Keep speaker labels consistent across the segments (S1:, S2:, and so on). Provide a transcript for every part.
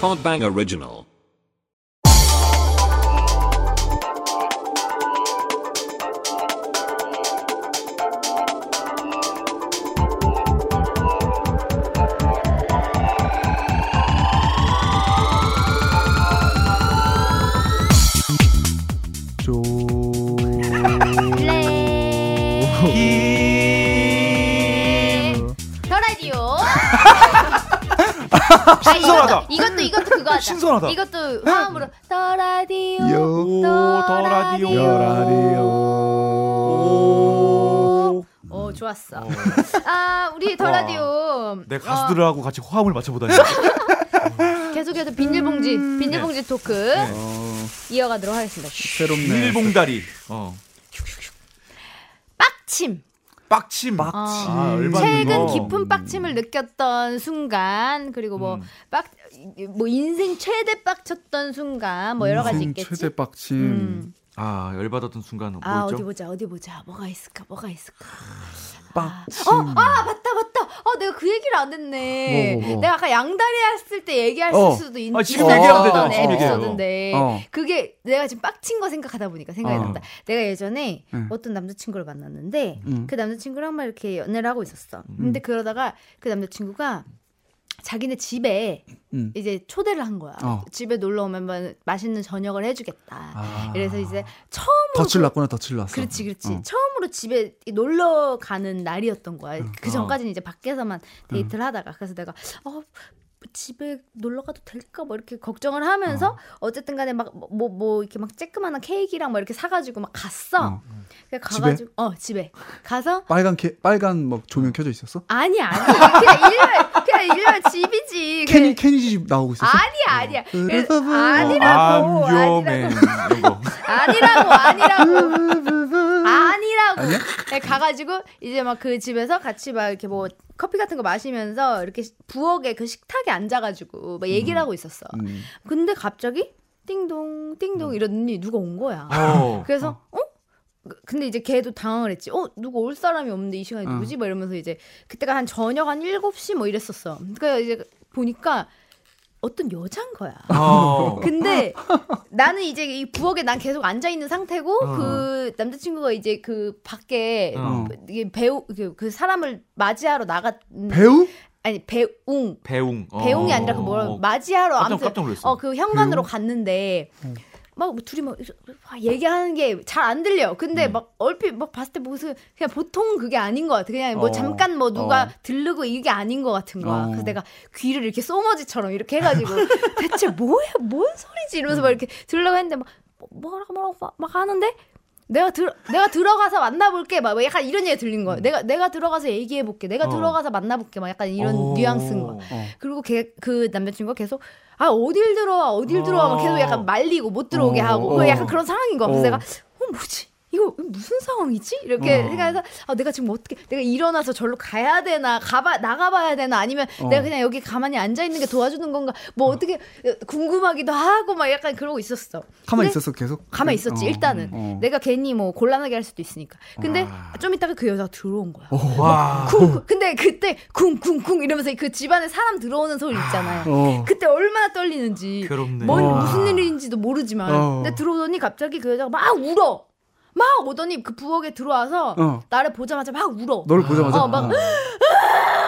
S1: Podbang Original.
S2: 조.
S3: 네.
S4: 저 라디오. 아,
S3: 신선하다.
S4: 이것도 이것도 그거 하자.
S3: 신선하다. 네.
S4: 이것도 화음으로 더 라디오.
S2: 요.
S3: 오더 라디오.
S2: 요 라디오.
S3: 오.
S4: 오 좋았어. 아 우리 더
S3: 와.
S4: 라디오.
S3: 내 가수들하고 같이 호흡을 맞춰보다니.
S4: 어, 계속해서 비닐봉지
S3: 음.
S4: 비닐봉지
S3: 네.
S4: 토크
S2: 어,
S4: 이어가도록 하겠습니다.
S2: 새롭네.
S3: 일봉다리. 어.
S4: 빡침. 어.
S3: 빡침.
S4: 빡침.
S3: 아, 열받는
S4: 최근
S3: 거.
S4: 깊은 빡침을 느꼈던 순간 그리고 뭐
S3: 음.
S4: 빡. 뭐 인생 최대 빡쳤던 순간 뭐 여러 가지
S2: 인생
S4: 있겠지.
S2: 최대 빡침.
S4: 음.
S3: 아 열받았던 순간
S4: 아 어디
S3: 뭐였죠?
S4: 보자 어디 보자 뭐가 있을까 뭐가 있을까.
S2: 빡침.
S4: 어, 아, 맞다, 맞다. 어, 내가 그 얘기를 안 했네.
S2: 뭐, 뭐, 뭐.
S4: 내가 아까 양다리 했을 때 얘기할
S2: 어.
S4: 수도 있는
S3: 아, 지금
S2: 얘기하면 되잖아,
S4: 네,
S2: 지금 얘기해요.
S4: 에피소드인데.
S2: 어.
S4: 그게 내가 지금 빡친 거 생각하다 보니까 생각이
S2: 어.
S4: 났다. 내가 예전에
S2: 응.
S4: 어떤 남자친구를 만났는데
S2: 응.
S4: 그 남자친구랑 막 이렇게 연애를 하고 있었어. 근데 그러다가 그 남자친구가 자기네 집에
S2: 음.
S4: 이제 초대를 한 거야.
S2: 어.
S4: 집에 놀러 오면 뭐 맛있는 저녁을 해주겠다.
S2: 아.
S4: 그래서 이제 처음으로
S2: 덫을 났구나 덫을
S4: 음.
S2: 났어.
S4: 그렇지, 그렇지.
S2: 어.
S4: 처음으로 집에 놀러 가는 날이었던 거야. 그 전까지는 이제 밖에서만 데이트를 하다가 그래서 내가 어 집에 놀러 가도 될까 뭐 이렇게 걱정을 하면서 어. 쨌든 간에 막 뭐 뭐 이렇게 막 쬐끄만한 케이크랑 뭐 이렇게 사가지고 막 갔어.
S2: 어.
S4: 그래 가가지고 어 집에 가서
S2: 빨간 캐, 빨간 뭐 조명 켜져 있었어?
S4: 아니 아니 그냥 일렬 그냥 일렬 집이지.
S2: 캐니
S4: 그냥-
S2: 캐니지 집 나오고 있었어? 음.
S4: 아니야 아니야 그래서
S2: 으르르르.
S4: 아니라고
S3: 안겨맨
S4: 아니라고
S3: 이런 거.
S4: 아니라고 아니라고 아니라고 네, 가가지고 이제 막 그 집에서 같이 막 이렇게 뭐 커피 같은 거 마시면서 이렇게 부엌에 그 식탁에 앉아가지고 막 얘기를 하고 있었어.
S2: 음.
S4: 근데 갑자기 띵동 띵동 이러더니 누가 온 거야.
S3: 어.
S4: 그래서 어? 그- 근데 이제 걔도 당황을 했지. 어, 누가 올 사람이 없는데 이 시간에
S2: 어.
S4: 누구지? 막 이러면서 이제 그때가 한 저녁 한 7시 뭐 이랬었어. 그러니까 이제 보니까 어떤 여자인 거야.
S3: 어.
S4: 그 근데 나는 이제 이 부엌에 난 계속 앉아 있는 상태고
S3: 어.
S4: 그 남자친구가 이제 그 밖에
S3: 어.
S4: 이게 배우 그, 그 사람을 맞이하러 나갔
S2: 배우?
S4: 아니 배웅
S3: 배웅. 어.
S4: 배웅이 아니라 그 뭐라
S3: 어.
S4: 맞이하러
S3: 깜짝-
S4: 아무튼
S3: 깜짝 놀랐어.
S4: 어그 현관으로
S2: 배웅?
S4: 갔는데 막뭐 둘이 막 이렇게 막 얘기하는 게 잘 안 들려. 근데 막 얼핏 막 봤을 때 무슨 그냥 보통 그게 아닌 것 같아. 그냥 뭐
S2: 어.
S4: 잠깐 뭐 누가
S2: 어.
S4: 들르고 이게 아닌 것 같은 거야.
S2: 어.
S4: 그래서 내가 귀를 이렇게 소머지처럼 이렇게 해가지고 대체 뭐야 뭔 소리지 이러면서 막 이렇게 들려고 했는데 막 뭐- 뭐라고 뭐라고 막- 막 하는데 내가 들 내가 들어가서 만나볼게 막 약간 이런 얘기 가 들린 거야. 내가 내가 들어가서 얘기해 볼게. 내가
S3: 어.
S4: 들어가서 만나볼게 막 약간 이런
S3: 어.
S4: 뉘앙스인 거야.
S2: 어.
S4: 그리고 걔, 그 남자친구가 계속 아 어딜 들어와 어딜 들어와 막 계속 약간 말리고 못 들어오게
S2: 어,
S4: 하고
S2: 어.
S4: 그 약간 그런 상황인 거야 그래서
S2: 어.
S4: 내가 어 뭐지 이거 무슨 상황이지 이렇게
S2: 어.
S4: 생각해서 아 내가 지금 어떻게 내가 일어나서 절로 가야 되나 가봐 나가봐야 되나 아니면
S2: 어.
S4: 내가 그냥 여기 가만히 앉아 있는 게 도와주는 건가 뭐 어떻게 궁금하기도 하고 막 약간 그러고 있었어 근데
S2: 가만 히 있었어 계속?
S4: 가만히 있었지
S2: 어.
S4: 일단은
S2: 어.
S4: 내가 괜히 뭐 곤란하게 할 수도 있으니까 근데 좀 이따가 그 여자가 들어온 거야
S3: 와.
S4: 쿵쿵. 근데 그때 쿵쿵쿵 이러면서 그 집안에 사람 들어오는 소리 있잖아요.
S2: 어.
S4: 그때 얼마나 떨리는지,
S3: 그 괴롭네.
S4: 뭔
S2: 어.
S4: 무슨 일인지도 모르지만,
S2: 어.
S4: 근데 들어오더니 갑자기 그 여자가 막 울어. 막 오더니 그 부엌에 들어와서
S2: 어.
S4: 나를 보자마자 막 울어.
S2: 너를 보자마자
S4: 어, 막
S2: 어.
S4: 막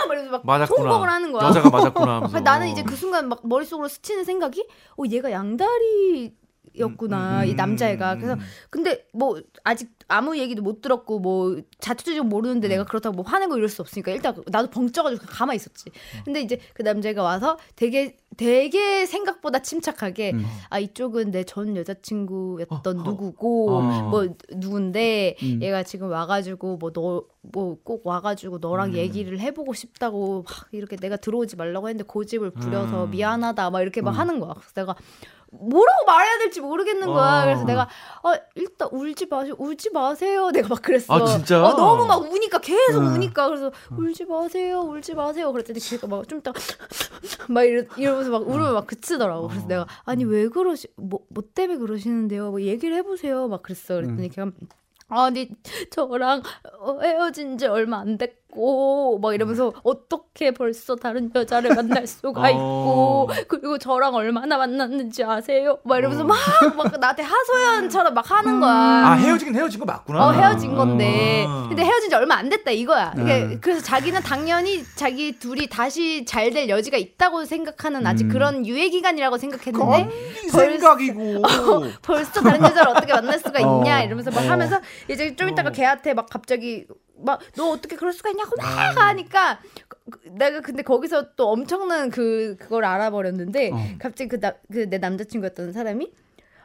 S4: 이러면서 막
S3: 맞았구나.
S4: 통곡을 하는 거야.
S3: 여자가 맞았구나. 하면서.
S4: 그래서 나는 이제 그 순간 막 머릿속으로 스치는 생각이, 어 얘가 양다리. 였구나
S3: 음, 음,
S4: 이 남자애가
S3: 음,
S4: 그래서
S3: 음.
S4: 근데 뭐 아직 아무 얘기도 못 들었고 뭐 자투지종 모르는데 내가 그렇다고 뭐 화내고 이럴 수 없으니까 일단 나도 벙쪄가지고 가만히 있었지 근데 이제 그 남자애가 와서 되게 되게 생각보다 침착하게
S2: 음.
S4: 아 이쪽은 내 전 여자친구였던
S3: 어, 어.
S4: 누구고
S3: 어.
S4: 뭐 누군데
S2: 음.
S4: 얘가 지금 와가지고 뭐 너 뭐 꼭 와가지고 너랑
S3: 음.
S4: 얘기를 해보고 싶다고 막 이렇게 내가 들어오지 말라고 했는데 고집을 부려서
S3: 음.
S4: 미안하다 막 이렇게 막 하는 거야 그래서 내가 뭐라고 말해야 될지 모르겠는 거야.
S3: 어.
S4: 그래서 내가 어, 일단 울지 마세요, 울지 마세요. 내가 막 그랬어.
S3: 아, 진짜? 네.
S4: 어, 너무 막 우니까 계속
S2: 응.
S4: 우니까 그래서 울지 마세요, 울지 마세요. 그랬더니 걔가 막 좀 딱 막 이러, 이러면서 막 울음을 막 그치더라고.
S3: 어.
S4: 그래서 내가 아니 왜 그러시, 뭐, 뭐 때문에 그러시는데요? 뭐 얘기를
S3: 음.
S4: 해보세요. 막 그랬어. 그랬더니 걔가 아니 저랑 헤어진 어, 지 얼마 안 됐고 있고 막 이러면서 어떻게 벌써 다른 여자를 만날 수가
S3: 음. 어.
S4: 있고 그리고 저랑 얼마나 만났는지 아세요? 막 이러면서 막, 막 나한테 하소연처럼 막 하는 거야.
S3: 어. 아 헤어지긴 헤어진 거 맞구나.
S4: 음. 어 헤어진 건데
S3: 아.
S4: 근데 헤어진 지 얼마 안 됐다 이거야 그러니까
S2: 네.
S4: 그래서 자기는 당연히 자기 둘이 다시 잘 될 여지가 있다고 생각하는 아직
S2: 음.
S4: 그런 유예 기간이라고 생각했는데
S3: 건기
S4: 벌써-
S3: 네. 생각이고. 아,
S4: 벌써 다른 여자를 어떻게 만날 수가 있냐
S2: 어.
S4: 이러면서 막 하면서 이제 좀 이따가 걔한테 막 갑자기 막 너 어떻게 그럴 수가 있냐고 막
S2: 아.
S4: 하니까 그- 그- 내가 근데 거기서 또 엄청난 그 그걸 알아버렸는데
S2: 어.
S4: 갑자기 그그내 남자친구였던 사람이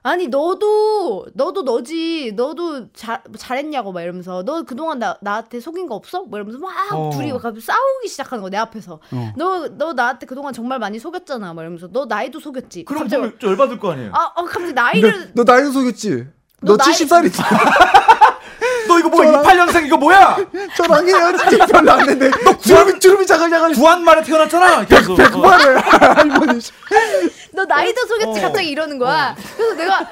S4: 아니 너도 너도 너지 너도 잘 잘했냐고 막 이러면서 너 그동안 나 나한테 속인 거 없어? 막 이러면서 막
S3: 어.
S4: 둘이 갑자기 싸우기 시작하는 거 내 앞에서
S2: 어.
S4: 너 너 나한테 그동안 정말 많이 속였잖아 막 이러면서 너 나이도 속였지
S3: 그럼
S4: 갑자기
S3: 좀 열받을 거 아니에요.
S4: 아, 아 갑자기 나이를
S2: 너 나이도 속였지?
S4: 너
S2: 너,
S4: 나이-
S2: 70살이지?
S3: 너 이거 뭐야?
S2: 저랑-
S3: 28년생 이거 뭐야?
S2: 저랑 헤어진 지 별로 안 됐는데 주름이 주름이 자글자글
S3: 구한 말에 태어났잖아. 계속. 어.
S2: 백발을 할머니
S4: 너 나이도 속였지
S3: 어.
S4: 갑자기 이러는 거야. 그래서 내가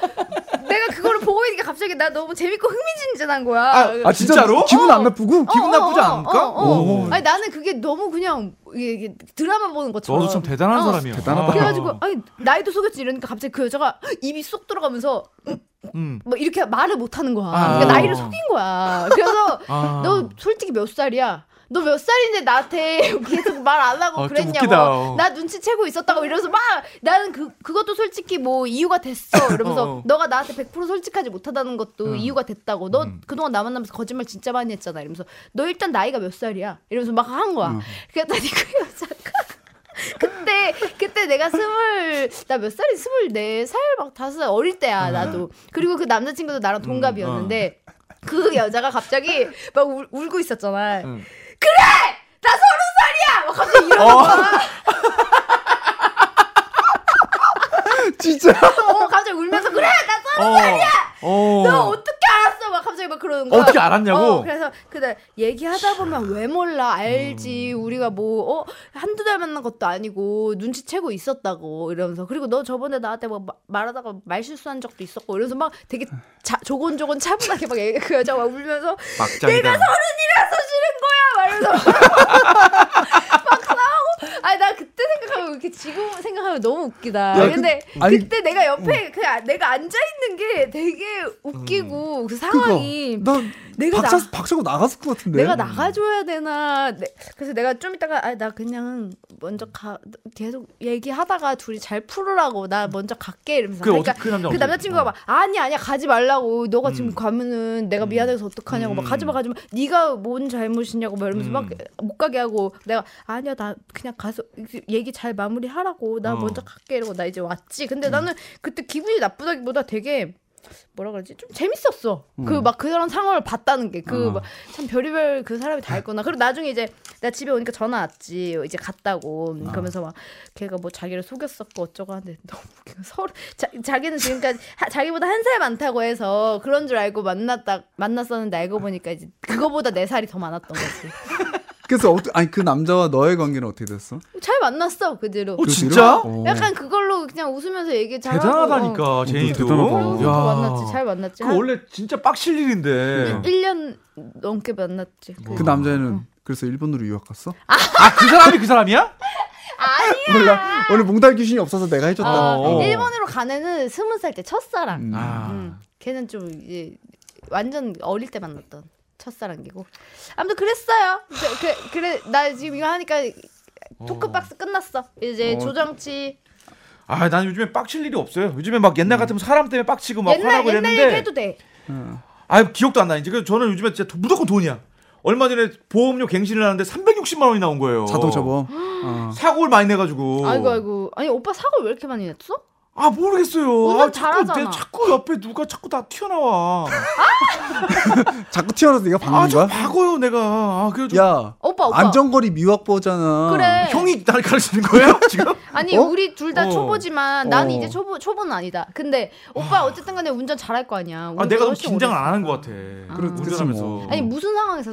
S4: 내가 그거를 보고 있니까 갑자기 나 너무 재밌고 흥미진진한 거야.
S2: 아 진짜
S3: 진짜로?
S2: 기분
S4: 어.
S2: 안 나쁘고?
S4: 어,
S3: 기분 나쁘지
S4: 어, 어,
S3: 않을까?
S4: 어, 어.
S3: 오.
S4: 아니 나는 그게 너무 그냥 이게, 이게 드라마 보는 것처럼.
S3: 너도 참 대단한
S4: 어.
S3: 사람이야.
S2: 대단하다.
S4: 그래가지고 아니 나이도 속였지 이러니까 갑자기 그 여자가 입이 쏙 들어가면서
S3: 음.
S4: 막 이렇게 말을 못하는 거야.
S3: 아.
S4: 그러니까 나이를 속인 거야. 그래서
S3: 아.
S4: 너 솔직히 몇 살이야? 너 몇 살인데 나한테 계속 말 안 하고
S3: 어, 좀
S4: 그랬냐고.
S3: 웃기다, 어.
S4: 나 눈치채고 있었다고 이러면서 막 나는 그 그것도 솔직히 뭐 이유가 됐어. 이러면서
S3: 어, 어.
S4: 너가 나한테 100% 솔직하지 못하다는 것도 이유가 됐다고. 너
S3: 음.
S4: 그동안 나 만나면서 거짓말 진짜 많이 했잖아. 이러면서 너 일단 나이가 몇 살이야? 이러면서 막 한 거야.
S3: 음.
S4: 그랬더니 그 여자가 그때 그때 내가 스물 나 몇 살이 스물네 살막 다섯 살 어릴
S3: 음.
S4: 때야 나도 그리고 그 남자친구도 나랑 동갑이었는데
S3: 어.
S4: 그 여자가 갑자기 막 울, 울고 있었잖아
S3: 응.
S4: 그래 나 서른 살이야 막 갑자기 이러는 거야
S2: 진짜
S4: 어 갑자기 울면서 그래 나 서른
S3: 어. 어.
S4: 너 어떻게 알았어? 막 갑자기 막 그러는 거야.
S3: 어떻게 알았냐고?
S4: 어, 그래서 근데 얘기하다 보면 왜 몰라 알지
S3: 음.
S4: 우리가 뭐 어, 한두 달 만난 것도 아니고 눈치채고 있었다고 이러면서 그리고 너 저번에 나한테 막 마- 말하다가 말 실수한 적도 있었고 이러면서 막 되게 자, 조곤조곤 차분하게 막 얘기- 그 여자가 막 울면서
S3: 막장이다.
S4: 서른이라서 싫은 거야 말면서 막 싸우고 아니 나 그때 생각하면 이렇게 지금 생각하면 너무 웃기다
S2: 야, 그-
S4: 근데 그,
S2: 아니- 어.
S4: 때 내가 옆에 그 아- 내가 앉아있는 게 되게 웃기고
S2: 음.
S4: 그 상황이
S2: 나
S4: 내가
S2: 박차
S4: 나-
S2: 박차고 나갔을 것 같은데
S3: 음.
S4: 내가 나가줘야 되나 내- 그래서 내가 좀 이따가 아, 나 그냥 먼저 가 계속 얘기하다가 둘이 잘 풀으라고 나 먼저 갈게 이러면서
S3: 음. 그
S4: 그러니까
S3: 어떻게 그 남자
S4: 그
S3: 어떻게-
S4: 남자친구가
S3: 어.
S4: 막 아니 아니야 가지 말라고 너가 지금
S3: 음.
S4: 가면은 내가 미안해서 어떡하냐고 막
S3: 음.
S4: 가지 마 가지 마 네가 뭔 잘못이냐고 막 이러면서
S3: 음.
S4: 막 못 가게 하고 내가 아니야 나 그냥 가서 얘기 잘 마무리하라고 나
S3: 어. 음.
S4: 먼저 갈게 이러고 나 이제 왔지 근데 나는 그때 기분이 나쁘다기보다 되게 뭐라 그러지 좀 재밌었어 그 막 그런 상황을 봤다는 게 그
S3: 음. 어.
S4: 막 참 별의별 그 사람이 다 있구나 그리고 나중에 이제 나 집에 오니까 전화 왔지 이제 갔다고 음,
S3: 어.
S4: 그러면서 막 걔가 뭐 자기를 속였었고 어쩌고 하는데 너무 웃겨. 서로 자, 자기는 지금까지 하- 자기보다 한 살 많다고 해서 그런 줄 알고 만났다 만났었는데 알고 보니까 이제 그거보다 네 살이 더 많았던 거지.
S2: 그래서 어떠, 아니 그 남자와 너의 관계는 어떻게 됐어?
S4: 잘 만났어 그대로.
S3: 어,
S2: 그
S3: 진짜?
S2: 뒤로? 어.
S4: 약간 그걸로 그냥 웃으면서 얘기 잘하고. 어,
S3: 대단하다니까 제니도.
S2: 대단하다.
S4: 그러고서
S3: 야.
S4: 만났지 잘 만났지.
S3: 그 원래 진짜 빡칠 일인데.
S4: 한 1년 넘게 만났지.
S3: 뭐.
S4: 그-
S2: 그 남자애는 그래서 일본으로 유학 갔어?
S3: 아 그 사람이 그 사람이야?
S2: 몰라 원래 몽달 귀신이 없어서 내가 해줬다
S4: 어,
S3: 어.
S4: 일본으로 간 애는 스무 살 때 첫사랑.
S2: 음.
S3: 아.
S4: 음, 걔는 좀 이제 완전 어릴 때 만났던 첫사랑이고 아무튼 그랬어요. 그, 그, 래나 지금 이거 하니까 토크박스 끝났어. 이제
S2: 어.
S4: 조정치
S3: 아, 난 요즘에 빡칠 일이 없어요. 요즘에 막 옛날 같으면 사람 때문에 빡치고 막
S4: 옛날
S3: 화나고
S4: 옛날
S3: 이랬는데.
S4: 얘기해도 돼.
S3: 아, 기억도 안 나. 이제 그 저는 요즘에 진짜 도- 무조건 돈이야. 얼마 전에 보험료 갱신을 하는데 360만 원이 나온 거예요.
S2: 자동 접어 어.
S3: 사고를 많이 내 가지고.
S4: 아이고 아이고 아니 오빠 사과 왜 이렇게 많이 냈어?
S3: 아, 모르겠어요.
S4: 운전
S3: 아, 자꾸
S4: 잘하잖아.
S3: 내 자꾸 옆에 누가 자꾸 다 튀어나와.
S2: 자꾸 튀어나와서 네가
S3: 아,
S2: 박는
S3: 저
S2: 거야?
S3: 박어요, 내가. 아, 그래 좀
S2: 야
S4: 오빠 오빠
S2: 안전거리 미확보잖아
S4: 그래
S3: 형이 나를 가르치는 거예요, 지금?
S4: 아니
S2: 어?
S4: 우리 둘 다
S3: 어.
S4: 초보지만 나는
S2: 어.
S4: 이제 초보 초보는 아니다. 근데 오빠 어쨌든 간에 운전 잘할 거 아니야.
S3: 아,
S4: 우리보다
S3: 내가 좀
S4: 훨씬
S3: 긴장을
S4: 오래
S3: 안 하는 것 같아.
S2: 그렇겠지,
S3: 운전하면서.
S2: 뭐.
S4: 아니 무슨 상황에서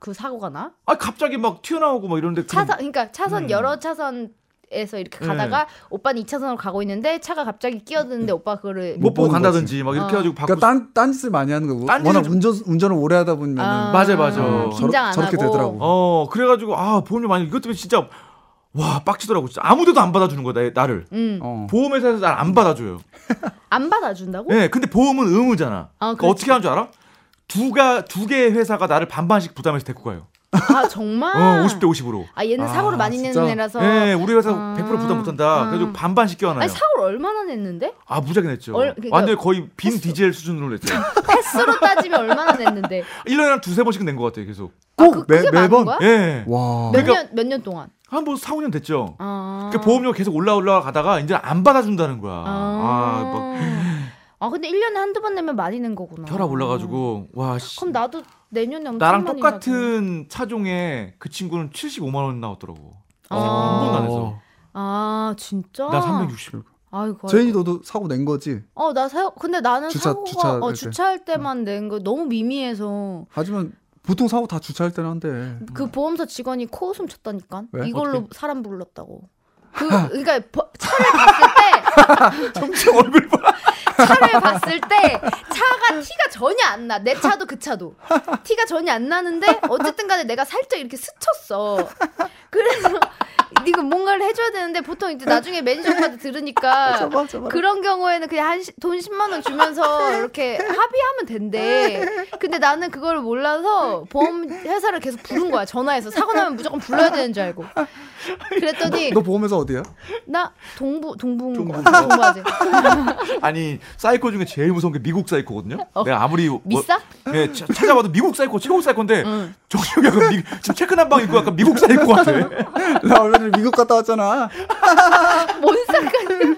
S4: 그 사고가 나?
S3: 아 갑자기 막 튀어나오고 막 이런데 그럼- 네.
S4: 차선 그러니까 차선 여러 차선에 에서 이렇게 가다가 오빠는 2차선으로 가고 있는데 차가 갑자기
S3: 음.
S4: 끼어드는데 오빠 그거를
S3: 못 보고
S2: 보는
S3: 간다든지 막 이렇게
S4: 어.
S3: 해가지고 바꾸.
S2: 그러니까 딴, 딴짓을 많이 하는 거고
S3: 딴짓을
S2: 워낙
S3: 좀-
S2: 운전, 운전을 오래 하다 보면
S4: 아,
S3: 뭐, 맞아, 맞아.
S4: 긴장 안
S2: 저렇게
S4: 하고
S2: 되더라고.
S3: 어 그래가지고 아 보험료 많이 이것 때문에 진짜 와 빡치더라고. 진짜 아무데도 안 받아주는 거야 나, 를
S4: 음.
S2: 어.
S3: 보험회사에서 날 안 받아줘요.
S4: 안 받아준다고?
S3: 예, 근데 보험은 의무잖아.
S4: 아,
S3: 그러니까 어떻게 하는 줄 알아? 두가 두 개의 회사가 나를 반반씩 부담해서 데리고 가요.
S4: 아 정말?
S3: 어, 50대 50으로.
S4: 아 얘는 사고를 많이
S2: 진짜?
S4: 내는 애라서
S3: 예, 우리 회사
S4: 아,
S3: 100% 부담 못한다.
S4: 아.
S3: 그래가지고 반반씩 껴안아요.
S4: 아니 사고를 얼마나 냈는데?
S3: 아 무작위 냈죠.
S4: 얼- 그러니까-
S3: 완전 히 거의 빈 디젤 수준으로 냈죠.
S4: 횟수로 따지면 얼마나 냈는데?
S3: 1년에 한 두세 번씩 낸 것 같아요, 계속.
S2: 꼭
S4: 아, 그-
S2: 매,
S4: 그게 많은
S2: 매번
S4: 거야?
S3: 예.
S2: 와
S4: 몇
S3: 그러니까-
S4: 년 몇 년 동안?
S3: 한 뭐 4, 5년 됐죠.
S4: 아.
S3: 그 보험료 계속 올라 올라가다가 이제 안 받아준다는 거야. 아, 막
S4: 아, 근데 1년에 한두 번 내면 많이 낸 거구나.
S3: 혈압 올라가지고 와 씨.
S4: 아, 그럼 나도 내년에 엄청
S3: 나랑
S4: 많이 나겠네.
S3: 똑같은 차종에 그 친구는 75만 원 나왔더라고.
S4: 아.
S3: 한 번도 어. 안 했어.
S4: 아, 진짜?
S3: 나 360.
S4: 아이고.
S2: 제인이 너도 사고 낸 거지
S4: 어, 나 사, 근데 나는
S2: 주차-
S4: 사고가
S2: 주차할
S4: 어,
S2: 때.
S4: 주차할 때만 낸 거 너무 미미해서
S2: 하지만 보통 사고 다 주차할 때는 한데
S3: 음.
S4: 그 보험사 직원이 코웃음 쳤다니까.
S2: 왜?
S4: 이걸로 사람 불렀다고. 그 그러니까 버- 차를 봤을
S3: 점점 얼굴 봐.
S4: 때 차를 봤을 때 차가 티가 전혀 안 나. 내 차도 그 차도 티가 전혀 안 나는데 어쨌든 간에 내가 살짝 이렇게 스쳤어. 그래서 이거 뭔가를 해줘야 되는데 보통 이제 나중에 매니저한테 들으니까
S2: 맞아 맞아
S4: 그런 경우에는 그냥 한 시- 돈 10만 원 주면서 이렇게 합의하면 된대. 근데 나는 그걸 몰라서 보험 회사를 계속 부른 거야. 전화해서 사고 나면 무조건 불러야 되는 줄 알고. 그랬더니
S2: 너 보험회사 어디야?
S4: 나 동부 동부
S3: 동부.
S4: 동부하지.
S3: 아니 사이코 중에 제일 무서운 게 미국 사이코거든요.
S4: 어.
S3: 내가 아무리 뭐-
S4: 미싸?
S3: 예, 차- 찾아봐도 미국 사이코 최고 사이코인데
S4: 응.
S3: 정수혁이 약간 미, 지금 체크 한방 입고 약간 미국 사이코 같아.
S2: 나 얼마 전에 미국 갔다 왔잖아 어,
S4: 뭔 상관이야?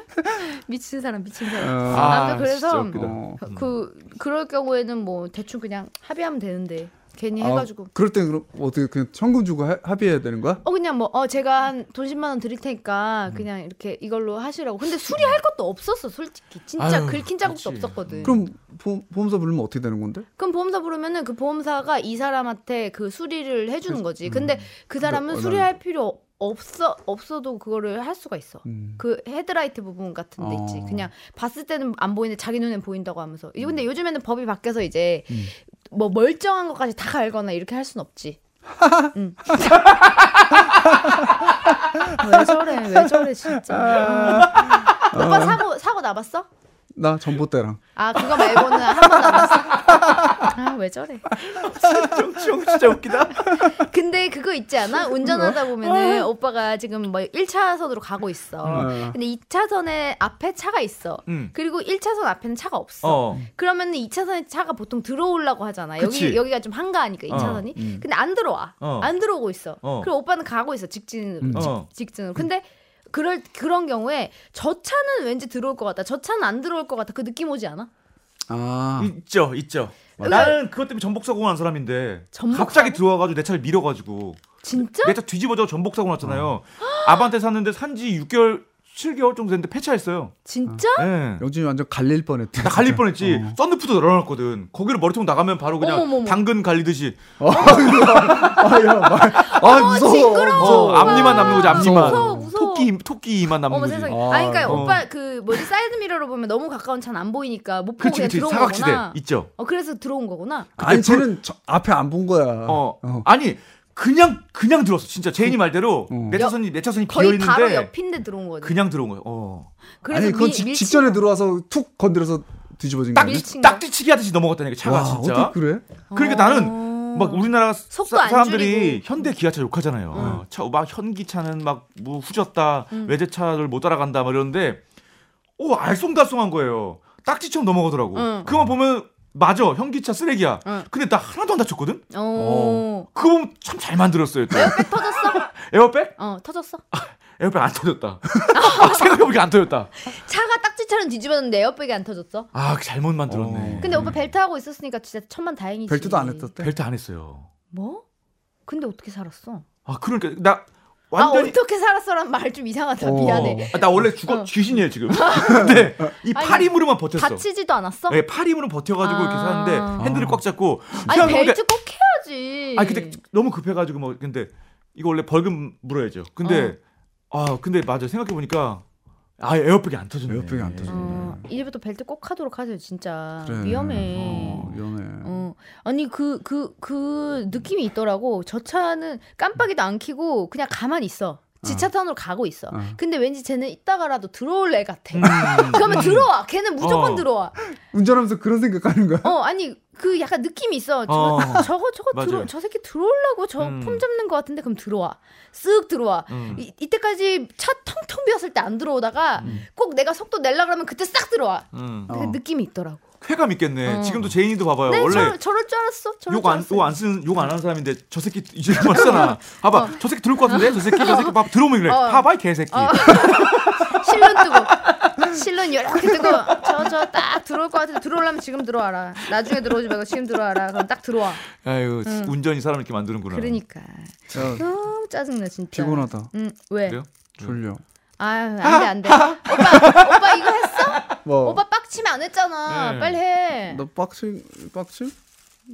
S4: 미친 사람 미친 사람.
S3: 아,
S4: 아무튼 그래서
S3: 진짜 웃기다.
S2: 어.
S4: 그 그럴 경우에는 뭐 대충 그냥 합의하면 되는데 괜히
S2: 아,
S4: 네, 해가지고.
S2: 그럴 땐 그럼 어떻게 그냥 현금 주고 하- 합의해야 되는 거야?
S4: 어 그냥 뭐 어 제가 한 돈 10만 원 드릴 테니까
S3: 음.
S4: 그냥 이렇게 이걸로 하시라고. 근데 수리할 것도 없었어, 솔직히. 진짜
S3: 아유,
S4: 긁힌 자국도
S3: 그렇지.
S4: 없었거든. 그럼,
S2: 그럼 보험, 보험사 부르면 어떻게 되는 건데?
S4: 보험사 부르면은 그 보험사가 이 사람한테 그 수리를 해 주는 거지. 근데 그 사람은
S2: 얼마나-
S4: 수리할 필요 없어 없어도 그거를 할 수가 있어.
S2: 음.
S4: 그 헤드라이트 부분 같은 데 있지.
S2: 어.
S4: 그냥 봤을 때는 안 보이는데 자기 눈엔 보인다고 하면서. 이거 근데 요즘에는 법이 바뀌어서 이제 뭐 멀쩡한 것까지 다 갈거나 이렇게 할 순 없지. 응. 아, 왜 저래? 왜 저래 진짜. 오빠 사고 사고 나봤어?
S2: 나 전봇대랑
S4: 아 그거 말고는 한 번 나봤어. 아 왜 저래?
S3: 정수혁 진짜 웃기다.
S4: 근데 그거 있지 않아?
S3: 뭐?
S4: 운전하다 보면은
S3: 아.
S4: 오빠가 지금 뭐 1차선으로 가고 있어.
S2: 음.
S4: 근데 2차선에 앞에 차가 있어.
S3: 음.
S4: 그리고 1차선 앞에는 차가 없어.
S3: 어.
S4: 그러면은 2차선에 차가 보통 들어오려고 하잖아.
S3: 그치. 음.
S4: 여기 여기가 좀 한가하니까 2차선이. 근데 안 들어와.
S3: 어.
S4: 안 들어오고 있어.
S3: 어.
S4: 그럼 오빠는 가고 있어. 직진으로.
S2: 음.
S4: 직,
S3: 어.
S4: 직진으로. 근데 그럴 그런 경우에 저 차는 왠지 들어올 것 같다. 저 차는 안 들어올 것 같다. 그 느낌 오지 않아?
S2: 아
S3: 있죠, 있죠.
S4: 맞아.
S3: 나는 그것 때문에 전복 사고 난 사람인데
S4: 전복
S3: 갑자기
S4: 사고?
S3: 들어와가지고 내 차를 밀어가지고
S4: 진짜?
S3: 내 차 뒤집어져 전복 사고 났잖아요. 아반떼 샀는데 산지 6개월, 7개월 정도 됐는데 폐차했어요.
S4: 진짜?
S3: 예.
S2: 영준이 완전 갈릴 뻔했대
S3: 나 갈릴 뻔했지.
S2: 어.
S3: 썬루프도 널어놨거든. 거기로 머리통 나가면 바로 그냥
S4: 어머머머.
S3: 당근 갈리듯이
S2: 아야 아 무서워
S3: 어,
S2: 무서워.
S3: 앞니만 남는 거지 앞니만.
S4: 무서워, 무서워.
S3: 토끼 입- 토끼 이만 남는
S4: 어머
S3: 거지.
S4: 세상에.
S2: 아,
S4: 아, 그러니까
S3: 어.
S4: 오빠 그 뭐지 사이드 미러로 보면 너무 가까운 차는 안 보이니까 못 보고
S3: 그치
S4: 그냥
S3: 그치
S4: 들어온
S3: 사각지대
S4: 거구나.
S3: 있죠.
S4: 어 그래서 들어온 거구나.
S2: 아니 쟤는 저, 앞에 안 본 거야
S3: 어.
S2: 어.
S3: 아니 그냥 그냥 들었어. 진짜 제인이 말대로
S2: 어.
S3: 내 차선이 내 차선이 비어
S4: 거의 바로 음.
S3: 있는데
S4: 옆인데 들어온 거지.
S3: 그냥 들어온 거예요. 어.
S4: 그래서
S2: 아니 그건
S4: 미-
S2: 직-
S4: 밀친
S2: 직전에
S4: 거야.
S2: 들어와서 툭 건드려서 뒤집어진
S3: 딱,
S2: 거야
S4: 밀- 밀친
S3: 딱
S4: 거.
S3: 뒤치기 하듯이 넘어갔다니까 차가
S2: 와
S3: 진짜.
S2: 어떻게 그래?
S3: 그러니까
S4: 어.
S3: 나는 막 우리나라
S4: 속도
S3: 사,
S4: 안
S3: 사람들이
S4: 줄이고.
S3: 현대 기아차 욕하잖아요. 어, 차, 막 현기차는 막뭐 후졌다, 외제차를 못 따라간다 막 이러는데 오 알쏭달쏭한 거예요. 딱지처럼 넘어가더라고.
S4: 응.
S3: 그만 보면 맞아 현기차 쓰레기야.
S4: 응.
S3: 근데 나 하나도 안 다쳤거든.
S4: 어.
S3: 그거 보면 참 잘 만들었어요. 또.
S4: 빽 터졌어?
S3: 에어백?
S4: 어 터졌어.
S3: 에어백 안 터졌다. 아, 생각해보니까 안 터졌다.
S4: 차가 딱지처럼 뒤집었는데 에어백이 안 터졌어.
S3: 아 잘못 만들었네.
S2: 어.
S4: 근데 오빠 벨트 하고 있었으니까 진짜 천만 다행이지.
S2: 벨트도 안 했었대
S3: 음. 벨트 안 했어요.
S4: 뭐? 근데 어떻게 살았어?
S3: 아 그러니까 나 완전히
S4: 아 어떻게 살았어란 말 좀 이상하다.
S2: 어.
S4: 미안해.
S3: 아, 나 원래 죽어
S4: 어.
S3: 귀신이에요 지금. 근데
S4: 아니,
S3: 이팔 힘으로만 버텼어.
S4: 다치지도 않았어?
S3: 예, 팔 힘으로 버텨가지고 이렇게
S4: 아.
S3: 사는데 핸들을 꽉 잡고. 그러니까
S4: 아니 벨트 꼭 해야지.
S3: 아 근데 너무 급해가지고 뭐 근데 이거 원래 벌금 물어야죠. 근데 아 근데 맞아 생각해 보니까 아 에어백이 안 터지네.
S2: 에어백이 안 터지네.
S4: 어, 이제부터 벨트 꼭 하도록 하세요 진짜
S2: 그래.
S4: 위험해.
S2: 네. 어,
S4: 어.
S2: 위험해.
S4: 아니 그 그 그 느낌이 있더라고 저 차는 깜빡이도 안 켜고 그냥 가만히 있어 지차선으로 가고 있어
S2: 어.
S4: 근데 왠지 쟤는 이따가라도 들어올 애 같아 그러면 들어와 걔는 무조건
S3: 어.
S4: 들어와
S2: 운전하면서 그런 생각하는 거야?
S4: 어 아니 그 약간 느낌이 있어 저,
S3: 어.
S4: 저거 저거
S3: 맞아요.
S4: 들어 저 새끼 들어오려고 저
S3: 음.
S4: 폼 잡는 것 같은데 그럼 들어와 쓱 들어와
S3: 음.
S4: 이, 이때까지 차 텅텅 비었을 때 안 들어오다가 꼭 내가 속도 내려 그러면 그때 싹 들어와
S3: 음.
S4: 그
S2: 어.
S4: 느낌이 있더라고
S3: 쾌감 있겠네.
S4: 어.
S3: 지금도 제인이도 봐봐요.
S4: 네
S3: 원래
S4: 저, 저럴 줄 알았어 저럴 줄 알았어
S3: 욕안욕안 쓰는 욕 안 하는 사람인데 저 새끼 이제 왔잖아. 봐봐 저 새끼 들어올 것 같은데 저 새끼 저 새끼 봐 들어오면 그래.
S4: 어.
S3: 봐봐 이 개새끼.
S4: 실론 뜨고 실론 이렇게 뜨고 저 저 딱 들어올 것 같은데 들어오려면 지금 들어와라 나중에 들어오지 말고 지금 들어와라 그럼 딱 들어와
S3: 아유 운전이 사람 이렇게 만드는구나.
S4: 음. 그러니까
S2: 자,
S4: 너무 짜증나 진짜
S2: 피곤하다.
S4: 응, 왜?
S3: 그래요?
S2: 졸려.
S4: 아유 안돼 안돼 오빠 오빠 이거 했어?
S2: 뭐?
S4: 오빠 빡치면 안 했잖아
S3: 네.
S4: 빨리 해
S2: 너 빡칠 빡칠?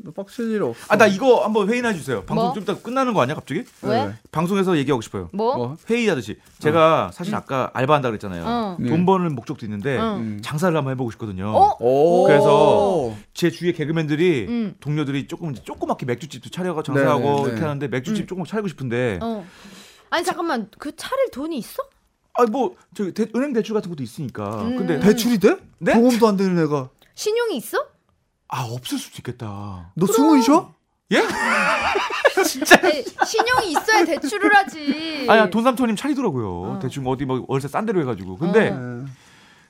S2: 너 빡칠 일 없어.
S3: 아 나 이거 한번 회의나 해주세요. 방송
S4: 뭐? 어.
S3: 좀 이따 끝나는 거 아니야 갑자기?
S4: 왜?
S3: 방송에서 얘기하고 싶어요.
S4: 뭐?
S2: 뭐?
S3: 회의하듯이 제가 사실 아까 알바한다 그랬잖아요.
S4: 음. 어.
S2: 네.
S3: 돈 버는 목적도 있는데
S4: 어.
S2: 음.
S3: 장사를 한번 해보고 싶거든요.
S4: 어?
S2: 오.
S3: 그래서 제 주위에 개그맨들이
S4: 음.
S3: 동료들이 조금 이제 조그맣게 맥주집도 차려가 장사하고
S2: 네, 네, 네.
S3: 이렇게 하는데 맥주집 조금 차리고 싶은데
S4: 음. 어. 아니 잠깐만 그 차릴 돈이 있어?
S3: 아뭐저 은행 대출 같은 것도 있으니까
S4: 음.
S3: 근데
S2: 대출이 돼?
S3: 네?
S2: 보험도 안 되는 애가.
S4: 신용이 있어?
S3: 아 없을 수도 있겠다.
S2: 너 숨은 쉬어?
S3: 예? 진짜?
S4: 아니, 신용이 있어야 대출을 하지
S3: 아야 돈 삼촌님 차리더라고요.
S4: 예. 어.
S3: 대충 어디 막 월세 싼 데로 해가지고 근데
S4: 어.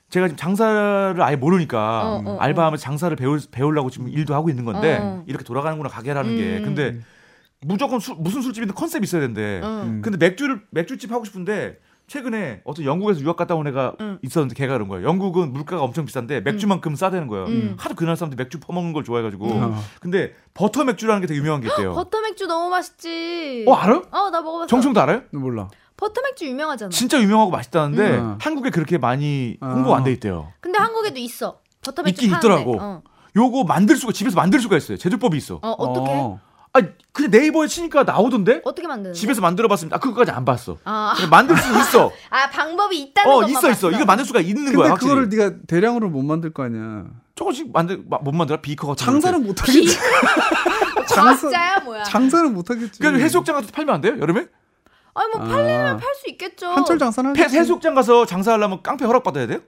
S3: 제가 지금 장사를 아예 모르니까
S4: 어, 어,
S3: 알바하면 장사를 배울 배우려고 지금 일도 하고 있는 건데
S4: 어.
S3: 이렇게 돌아가는구나 가게라는
S4: 음,
S3: 게
S4: 음.
S3: 근데 무조건 술- 무슨 술집이든 컨셉이 있어야 된대.
S4: 어.
S2: 음.
S3: 근데 맥주를 맥주집 하고 싶은데 최근에 어떤 영국에서 유학 갔다 온 애가
S4: 음.
S3: 있었는데 걔가 그런 거예요. 영국은 물가가 엄청 비싼데 맥주만큼 싸대는 거예요.
S4: 음.
S3: 하도 그날 사람들이 맥주 퍼먹는 걸 좋아해가지고
S2: 음.
S3: 근데 버터 맥주라는 게 되게 유명한 게 있대요.
S4: 버터 맥주 너무 맛있지.
S3: 어 알아? 요
S4: 어, 나 먹어봤어.
S3: 정청도 알아요?
S2: 너 몰라.
S4: 버터 맥주 유명하잖아.
S3: 음. 진짜 유명하고 맛있다는데
S2: 음.
S3: 한국에 그렇게 많이
S2: 아.
S3: 홍보 안 돼 있대요.
S4: 근데 한국에도 있어. 버터 맥주
S3: 있긴
S4: 파는데.
S3: 있더라고.
S4: 어,
S3: 요거 만들 수가 집에서 만들 수가 있어요. 제조법이 있어. 어,
S4: 어 어떻게? 어.
S2: 어.
S3: 아 그냥 네이버에 치니까 나오던데?
S4: 떻게 만드는? 거야?
S3: 집에서 만들어봤습니다. 아 그거까지 안 봤어.
S4: 아,
S3: 근데 만들 수 있어.
S4: 아 방법이 있다는
S3: 어
S4: 것만
S3: 있어 있어.
S4: 봤어.
S3: 이거 만들 수가 있는
S2: 근데
S3: 거야. 확실히.
S2: 그거를 네가 대량으로 못 만들 거 아니야.
S3: 조금씩 만들 마- 못 만들어 비커 같은 거 이렇게.
S2: 장사는 못 하겠지. 장사-
S4: 과학자야 뭐야?
S2: 장사는 못 하겠지.
S3: 그러니까 해수욕장 같은 데 팔면 안 돼요? 여름에?
S4: 아니 뭐 팔리면 팔 수 있겠죠.
S2: 한철 장사는
S3: 폐- 해수욕장 가서 장사하려면 깡패 허락 받아야 돼요?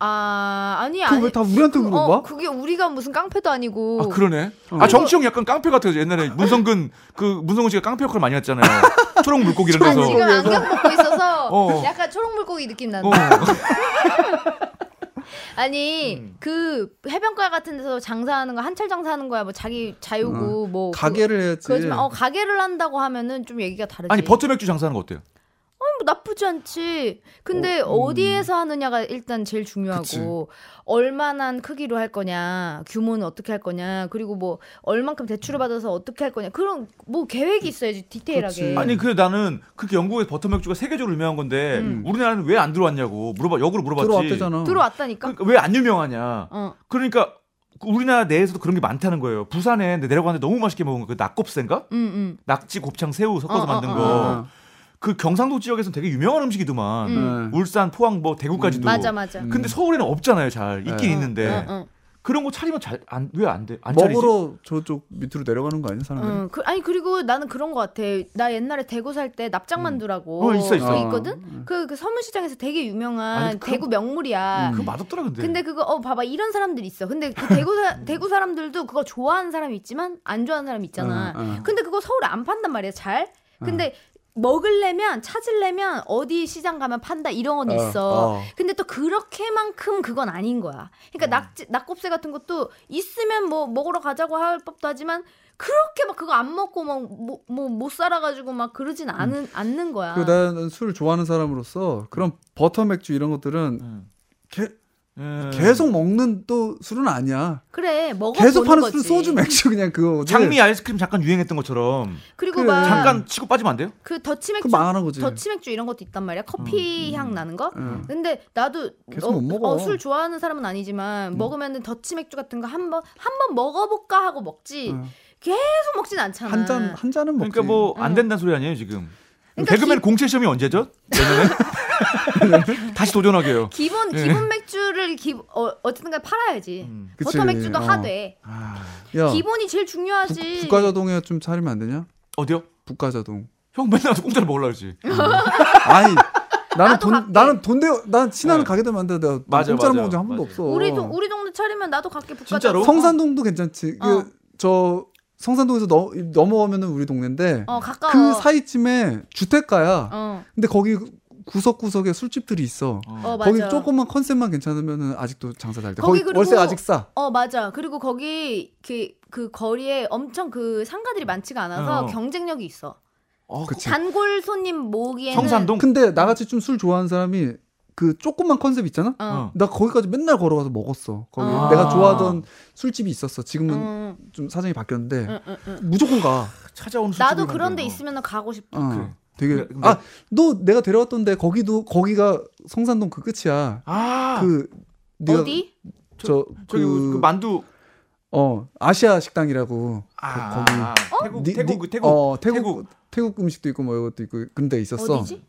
S4: 아 아니 아니.
S2: 그거 왜 다 우리한테 물어봐?
S4: 어, 그게 우리가 무슨 깡패도 아니고.
S3: 아 그러네.
S2: 어.
S3: 아 정치형 약간 깡패 같아요. 옛날에 문성근 그 문성근 씨가 깡패 역할 많이 했잖아요. 초록 물고기 이런
S4: 난
S3: 데서.
S4: 아, 지금 안경 벗고 있어서
S3: 어.
S4: 약간 초록 물고기 느낌 난다.
S3: 어.
S4: 아니
S3: 음.
S4: 그 해변가 같은 데서 장사하는 거 한철 장사하는 거야 뭐 자기 자유고
S3: 어.
S4: 뭐
S2: 가게를
S4: 그,
S2: 해야지.
S4: 그러지만 어 가게를 한다고 하면은 좀 얘기가 다르지
S3: 아니 버터 맥주 장사하는 거 어때요?
S4: 아니, 뭐 나쁘지 않지 근데
S3: 음.
S4: 어, 디에서 하느냐가 일단 제일 중요하고 얼마나 크기로 할 거냐 규모는 어떻게 할 거냐 그리고 뭐 얼만큼
S3: 음.
S4: 대출을 받아서 어떻게 할 거냐 그런 뭐 계획이 있어야지 디테일하게
S2: 그치.
S3: 아니 그 나는 그렇게 영국의 버터 맥주가 세계적으로 유명한 건데 우리나라는 왜 안 들어왔냐고 물어봐 역으로 물어봤지.
S2: 들어왔대잖아.
S4: 들어왔다니까
S3: 그러니까 왜 안 유명하냐.
S4: 어.
S3: 그러니까 그 우리나라 내에서도 그런 게 많다는 거예요. 부산에 내 내려가는데 너무 맛있게 먹은 거그 낙곱새인가?
S4: 음, 음.
S3: 낙지 곱창 새우 섞어서
S4: 어,
S3: 만든
S4: 어,
S3: 거.
S4: 어,
S3: 그 경상도 지역에서는 되게 유명한 음식이더만.
S4: 음.
S2: 네.
S3: 울산, 포항, 뭐 대구까지도.
S4: 맞아 맞아
S3: 근데 서울에는 없잖아요, 잘. 있긴
S2: 네.
S3: 있는데.
S4: 어, 어.
S3: 그런 거 차리면 잘 안 왜 안 돼? 안 차리지?
S2: 먹으러 저쪽 밑으로 내려가는 거 아니야
S3: 어.
S2: 사람들이?
S4: 응, 그, 아니 그리고 나는 그런 것 같아. 나 옛날에 대구 살 때 납작만두라고
S3: 어, 있어, 있어.
S4: 그거
S2: 어.
S4: 있거든. 그, 그 서문시장에서 되게 유명한
S3: 아니, 그거-
S4: 대구 명물이야.
S3: 음. 그거 맛없더라
S2: 네.
S3: 근데.
S4: 근데 그거 어 봐봐 이런 사람들 있어. 근데 그 대구
S2: 음.
S4: 사, 대구 사람들도 그거 좋아하는 사람이 있지만 안 좋아하는 사람이 있잖아.
S2: 어, 어.
S4: 근데 그거 서울에 안 판단 말이야 잘.
S2: 아.
S4: 근데 먹으려면 찾으려면 어디 시장 가면 판다 이런 건
S2: 어,
S4: 있어.
S2: 어. 음.
S4: 근데 또 그렇게만큼 그건 아닌 거야. 그러니까 낙지, 낙곱새 같은 것도 있으면 뭐 먹으러 가자고 할 법도 하지만 그렇게 막 그거 안 먹고 막뭐못 살아가지고 막 그러진 않은 않는 거야.
S2: 음. 그리고 나는 술 좋아하는 사람으로서 그런 버터 맥주 이런 것들은
S3: 음.
S2: 개-
S3: 음.
S2: 계속 먹는 또 술은 아니야.
S4: 그래 먹어
S2: 계속 파는
S4: 거지.
S2: 술은 소주 맥주 그냥 어. 그거지.
S3: 장미 아이스크림 잠깐 유행했던 것처럼
S4: 그리고
S2: 그래.
S4: 막
S3: 잠깐 치고 빠지면 안 돼요?
S4: 그 더치
S2: 그
S4: 맥주
S2: 망하는 거지.
S4: 더치 맥주 이런 것도 있단 말이야. 커피 향 나는 거.
S2: 응.
S4: 근데 나도
S2: 계속 못 먹어. 음.
S4: 어, 술 좋아하는 사람은 아니지만 먹으면 더치 맥주 같은 거 한 번 한 번 먹어볼까 하고 먹지
S2: 응.
S4: 계속 먹진 않잖아.
S2: 음. 한 잔 한 잔은 먹지.
S3: 그러니까 뭐 안
S4: 음.
S3: 된다는 소리 아니에요 지금?
S4: 그러니까
S3: 배그맨 공채 시험이 언제죠? 내년에 다시 도전하게요.
S4: 기본
S2: 예.
S4: 기본 맥주를 기 어, 어쨌든간 팔아야지.
S3: 음.
S2: 그치.
S4: 버터 맥주도
S2: 어.
S4: 하되
S3: 아,
S2: 야,
S4: 기본이 제일 중요하지.
S2: 북가자동에 좀 차리면 안 되냐?
S3: 어디요?
S2: 북가자동. 어.
S3: 형 맨날 공짜로 먹으려 그러지.
S4: 음.
S2: 아니, 나는
S4: 나도
S2: 돈,
S4: 갈게.
S2: 나는 돈 대요, 난 친하는
S3: 네.
S2: 가게 되면 안 돼. 내가
S3: 맞아,
S2: 공짜로
S3: 맞아.
S2: 먹은 적한 번도
S3: 맞아.
S2: 없어.
S4: 우리 동 우리 동네 차리면 나도 갈게
S3: 진짜로?
S4: 북가자동.
S2: 성산동도 괜찮지.
S4: 어.
S2: 그, 저, 성산동에서 넘, 넘어오면은 우리 동네인데,
S4: 어 가까워.
S2: 그 사이쯤에 주택가야.
S4: 어,
S2: 근데 거기 구석구석에 술집들이 있어.
S4: 어 맞아.
S2: 거기 조금만 컨셉만 괜찮으면은 아직도 장사 잘 돼.
S4: 거기
S2: 거기,
S4: 그리고-
S2: 월세 아직 싸.
S4: 어 맞아. 그리고 거기 그, 그 거리에 엄청 그 상가들이 많지가 않아서
S3: 어.
S4: 경쟁력이 있어.
S3: 어,
S2: 그치.
S4: 단골 손님 모으기에는 그-
S3: 성산동.
S2: 근데 나같이 좀 술 좋아하는 사람이 그 조그만 컨셉 있잖아?
S4: 어.
S3: 어.
S2: 나 거기까지 맨날 걸어가서 먹었어. 거기
S4: 아.
S2: 내가 좋아하던 술집이 있었어.
S4: 음.
S2: 지금은
S4: 응,
S2: 좀 사정이 바뀌었는데
S4: 응, 응, 응.
S2: 네. 무조건 가.
S3: 찾아온
S4: 음, 나도
S3: 술집이
S4: 그런 데
S3: 많대요.
S4: 있으면 가고 싶어.
S2: 어,
S3: 그래.
S2: 되게
S3: 근데- 근데-
S2: 아 너 내가 데려왔던데 거기도 거기가 성산동 그 끝이야.
S3: 아,
S2: 그 네가
S4: 어디?
S3: 저기 그,
S2: 저그어 어,
S3: 만두.
S2: 아시아 식당이라고
S3: 아,
S2: 그 거기.
S4: 어?
S3: 태국,
S2: 니-
S3: 태국,
S2: 니-
S3: 태국.
S2: 어, 태국,
S3: 태국.
S2: 태국 음식도 있고 뭐 이것도 있고 근데 있었어.
S4: 어디지?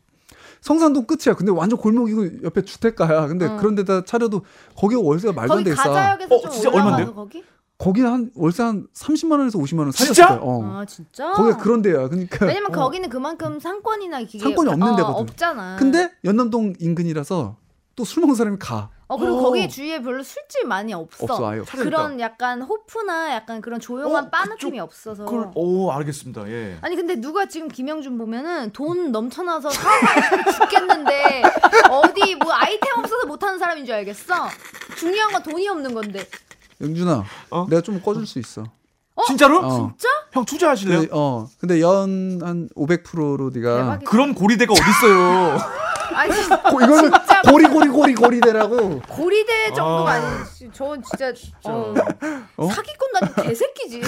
S2: 성산동 끝이야. 근데 완전 골목이고 옆에 주택가야. 근데
S4: 어.
S2: 그런 데다 차려도 거기 월세가 말도 안
S4: 거기
S2: 돼 있어.
S4: 가자역에서
S3: 어,
S4: 좀
S3: 진짜
S4: 올라가서
S3: 얼만데?
S4: 거기?
S2: 거기 한 월세 한 30만 원에서 50만 원 사이였을
S3: 진짜?
S2: 거야. 어.
S4: 아 진짜?
S2: 거기가 그런 데야. 그러니까
S4: 왜냐면
S2: 어.
S4: 거기는 그만큼 상권이나 이게
S2: 상권이 없는
S4: 어,
S2: 데거든.
S4: 없잖아.
S2: 근데 연남동 인근이라서 또 술 먹는 사람이 가.
S4: 어 그리고
S3: 어.
S4: 거기 주위에 별로 술집 많이 없어.
S2: 없어 아예. 없어. 그러니까.
S4: 그런 약간 호프나 약간 그런 조용한
S3: 어,
S4: 빠
S3: 그쪽-
S4: 느낌이 없어서.
S3: 그걸 오, 알겠습니다. 예.
S4: 아니 근데 누가 지금 김영준 보면은 돈 넘쳐나서 사업하고 죽겠는데 어디 뭐 아이템 없어서 못하는 사람인 줄 알겠어. 중요한 건 돈이 없는 건데.
S2: 영준아,
S3: 어?
S2: 내가 좀 꺼줄 수 있어.
S3: 진짜로?
S2: 어.
S4: 진짜?
S3: 형 투자하실래요?
S2: 근데, 어, 근데 연 한 500%로 네가
S4: 대박이다.
S3: 그런 고리대가 어디 있어요?
S4: 아니
S2: 고, 이거는 고리 고리 고리 고리대라고.
S4: 고리대 정도가
S3: 아.
S4: 아니지. 저 진짜, 어,
S2: 어?
S4: 사기꾼 나는 개새끼지.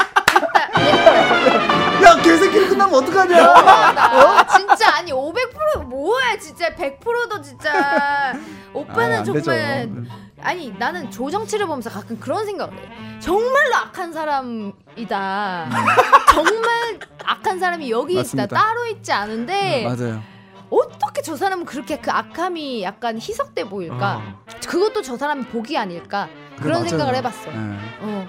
S4: 됐다.
S2: 야 개새끼 끝나면 어떡하냐?
S4: 나, 나 진짜 아니 500% 뭐야 진짜 100%도 진짜
S2: 아이,
S4: 오빠는
S2: 안 되죠. 네.
S4: 정말 아니 나는 조정치를 보면서 가끔 그런 생각을 해. 정말로 악한 사람이다. 정말 악한 사람이 여기
S2: 맞습니다. 네,
S4: 있다. 따로 있지 않은데
S2: 맞아요.
S4: 어떻게 저 사람은 그렇게 그 악함이 약간 희석돼 보일까? 그것도 저 사람이 복이 아닐까? 그런
S2: 어. 네, 맞아요.
S4: 생각을 해봤어.
S2: 네.
S4: 어.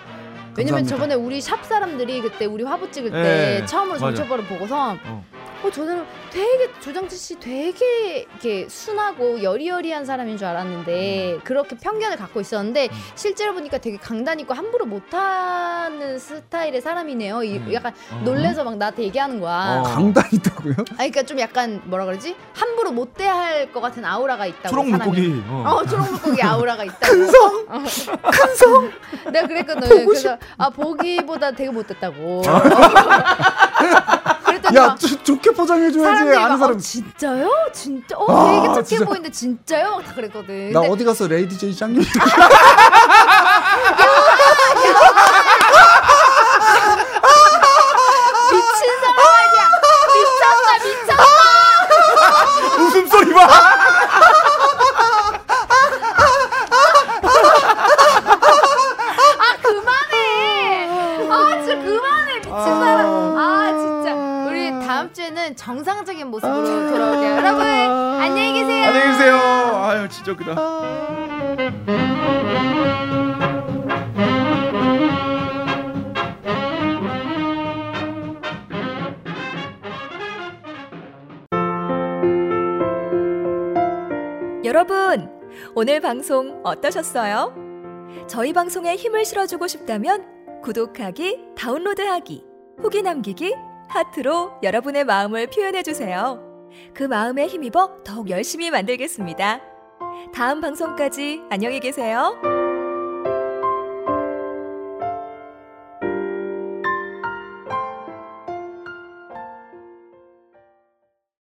S4: 왜냐면
S2: 감사합니다.
S4: 저번에 우리 샵 사람들이 그때 우리 화보 찍을
S3: 예,
S4: 때
S3: 예.
S4: 처음으로
S3: 맞아.
S4: 정체벌을 보고서
S3: 어.
S4: 어 저는 되게 조정치 씨 되게 이렇게 순하고 여리여리한 사람인 줄 알았는데
S3: 음.
S4: 그렇게 편견을 갖고 있었는데 실제로 보니까 되게 강단 있고 함부로 못하는 스타일의 사람이네요. 이-
S3: 음.
S4: 약간
S3: 어.
S4: 놀래서 막 나한테 얘기하는 거야.
S3: 어.
S2: 강단 있다고요?
S4: 아니 그러니까 좀 약간 뭐라 그러지? 함부로 못 대할 것 같은 아우라가 있다고.
S3: 초록
S4: 사람이.
S3: 물고기. 어.
S4: 어, 초록 물고기 아우라가 있다. 큰성, 큰성. 내가 그랬거든. 그래서 아 보기보다 되게 못됐다고. 어. 그랬더니
S2: 야
S4: 막
S2: 조- 좋게 포장해줘야지
S4: 사람들이
S2: 아는
S4: 막
S2: 사람.
S4: 어, 진짜요? 진짜? 어
S2: 아,
S4: 되게 착해
S2: 진짜.
S4: 보이는데 진짜요? 막 다 그랬거든.
S2: 나
S4: 근데
S2: 어디 가서 레이디 제이 쌍용 어-
S4: 미친 사람 아니야? 미쳤다 미쳤다. 어.
S3: 웃음소리 봐!
S4: 아 그만해. 아 진짜 그만해 미친 사람. 아 진짜 우리 다음 주에는 정상적인 모습으로 돌아올게요. 여러분 안녕히 계세요.
S3: 안녕히 계세요. 아유, 진짜 그다.
S5: 여러분, 오늘 방송 어떠셨어요? 저희 방송에 힘을 실어주고 싶다면 구독하기, 다운로드하기, 후기 남기기, 하트로 여러분의 마음을 표현해주세요. 그 마음에 힘입어 더욱 열심히 만들겠습니다. 다음 방송까지 안녕히 계세요.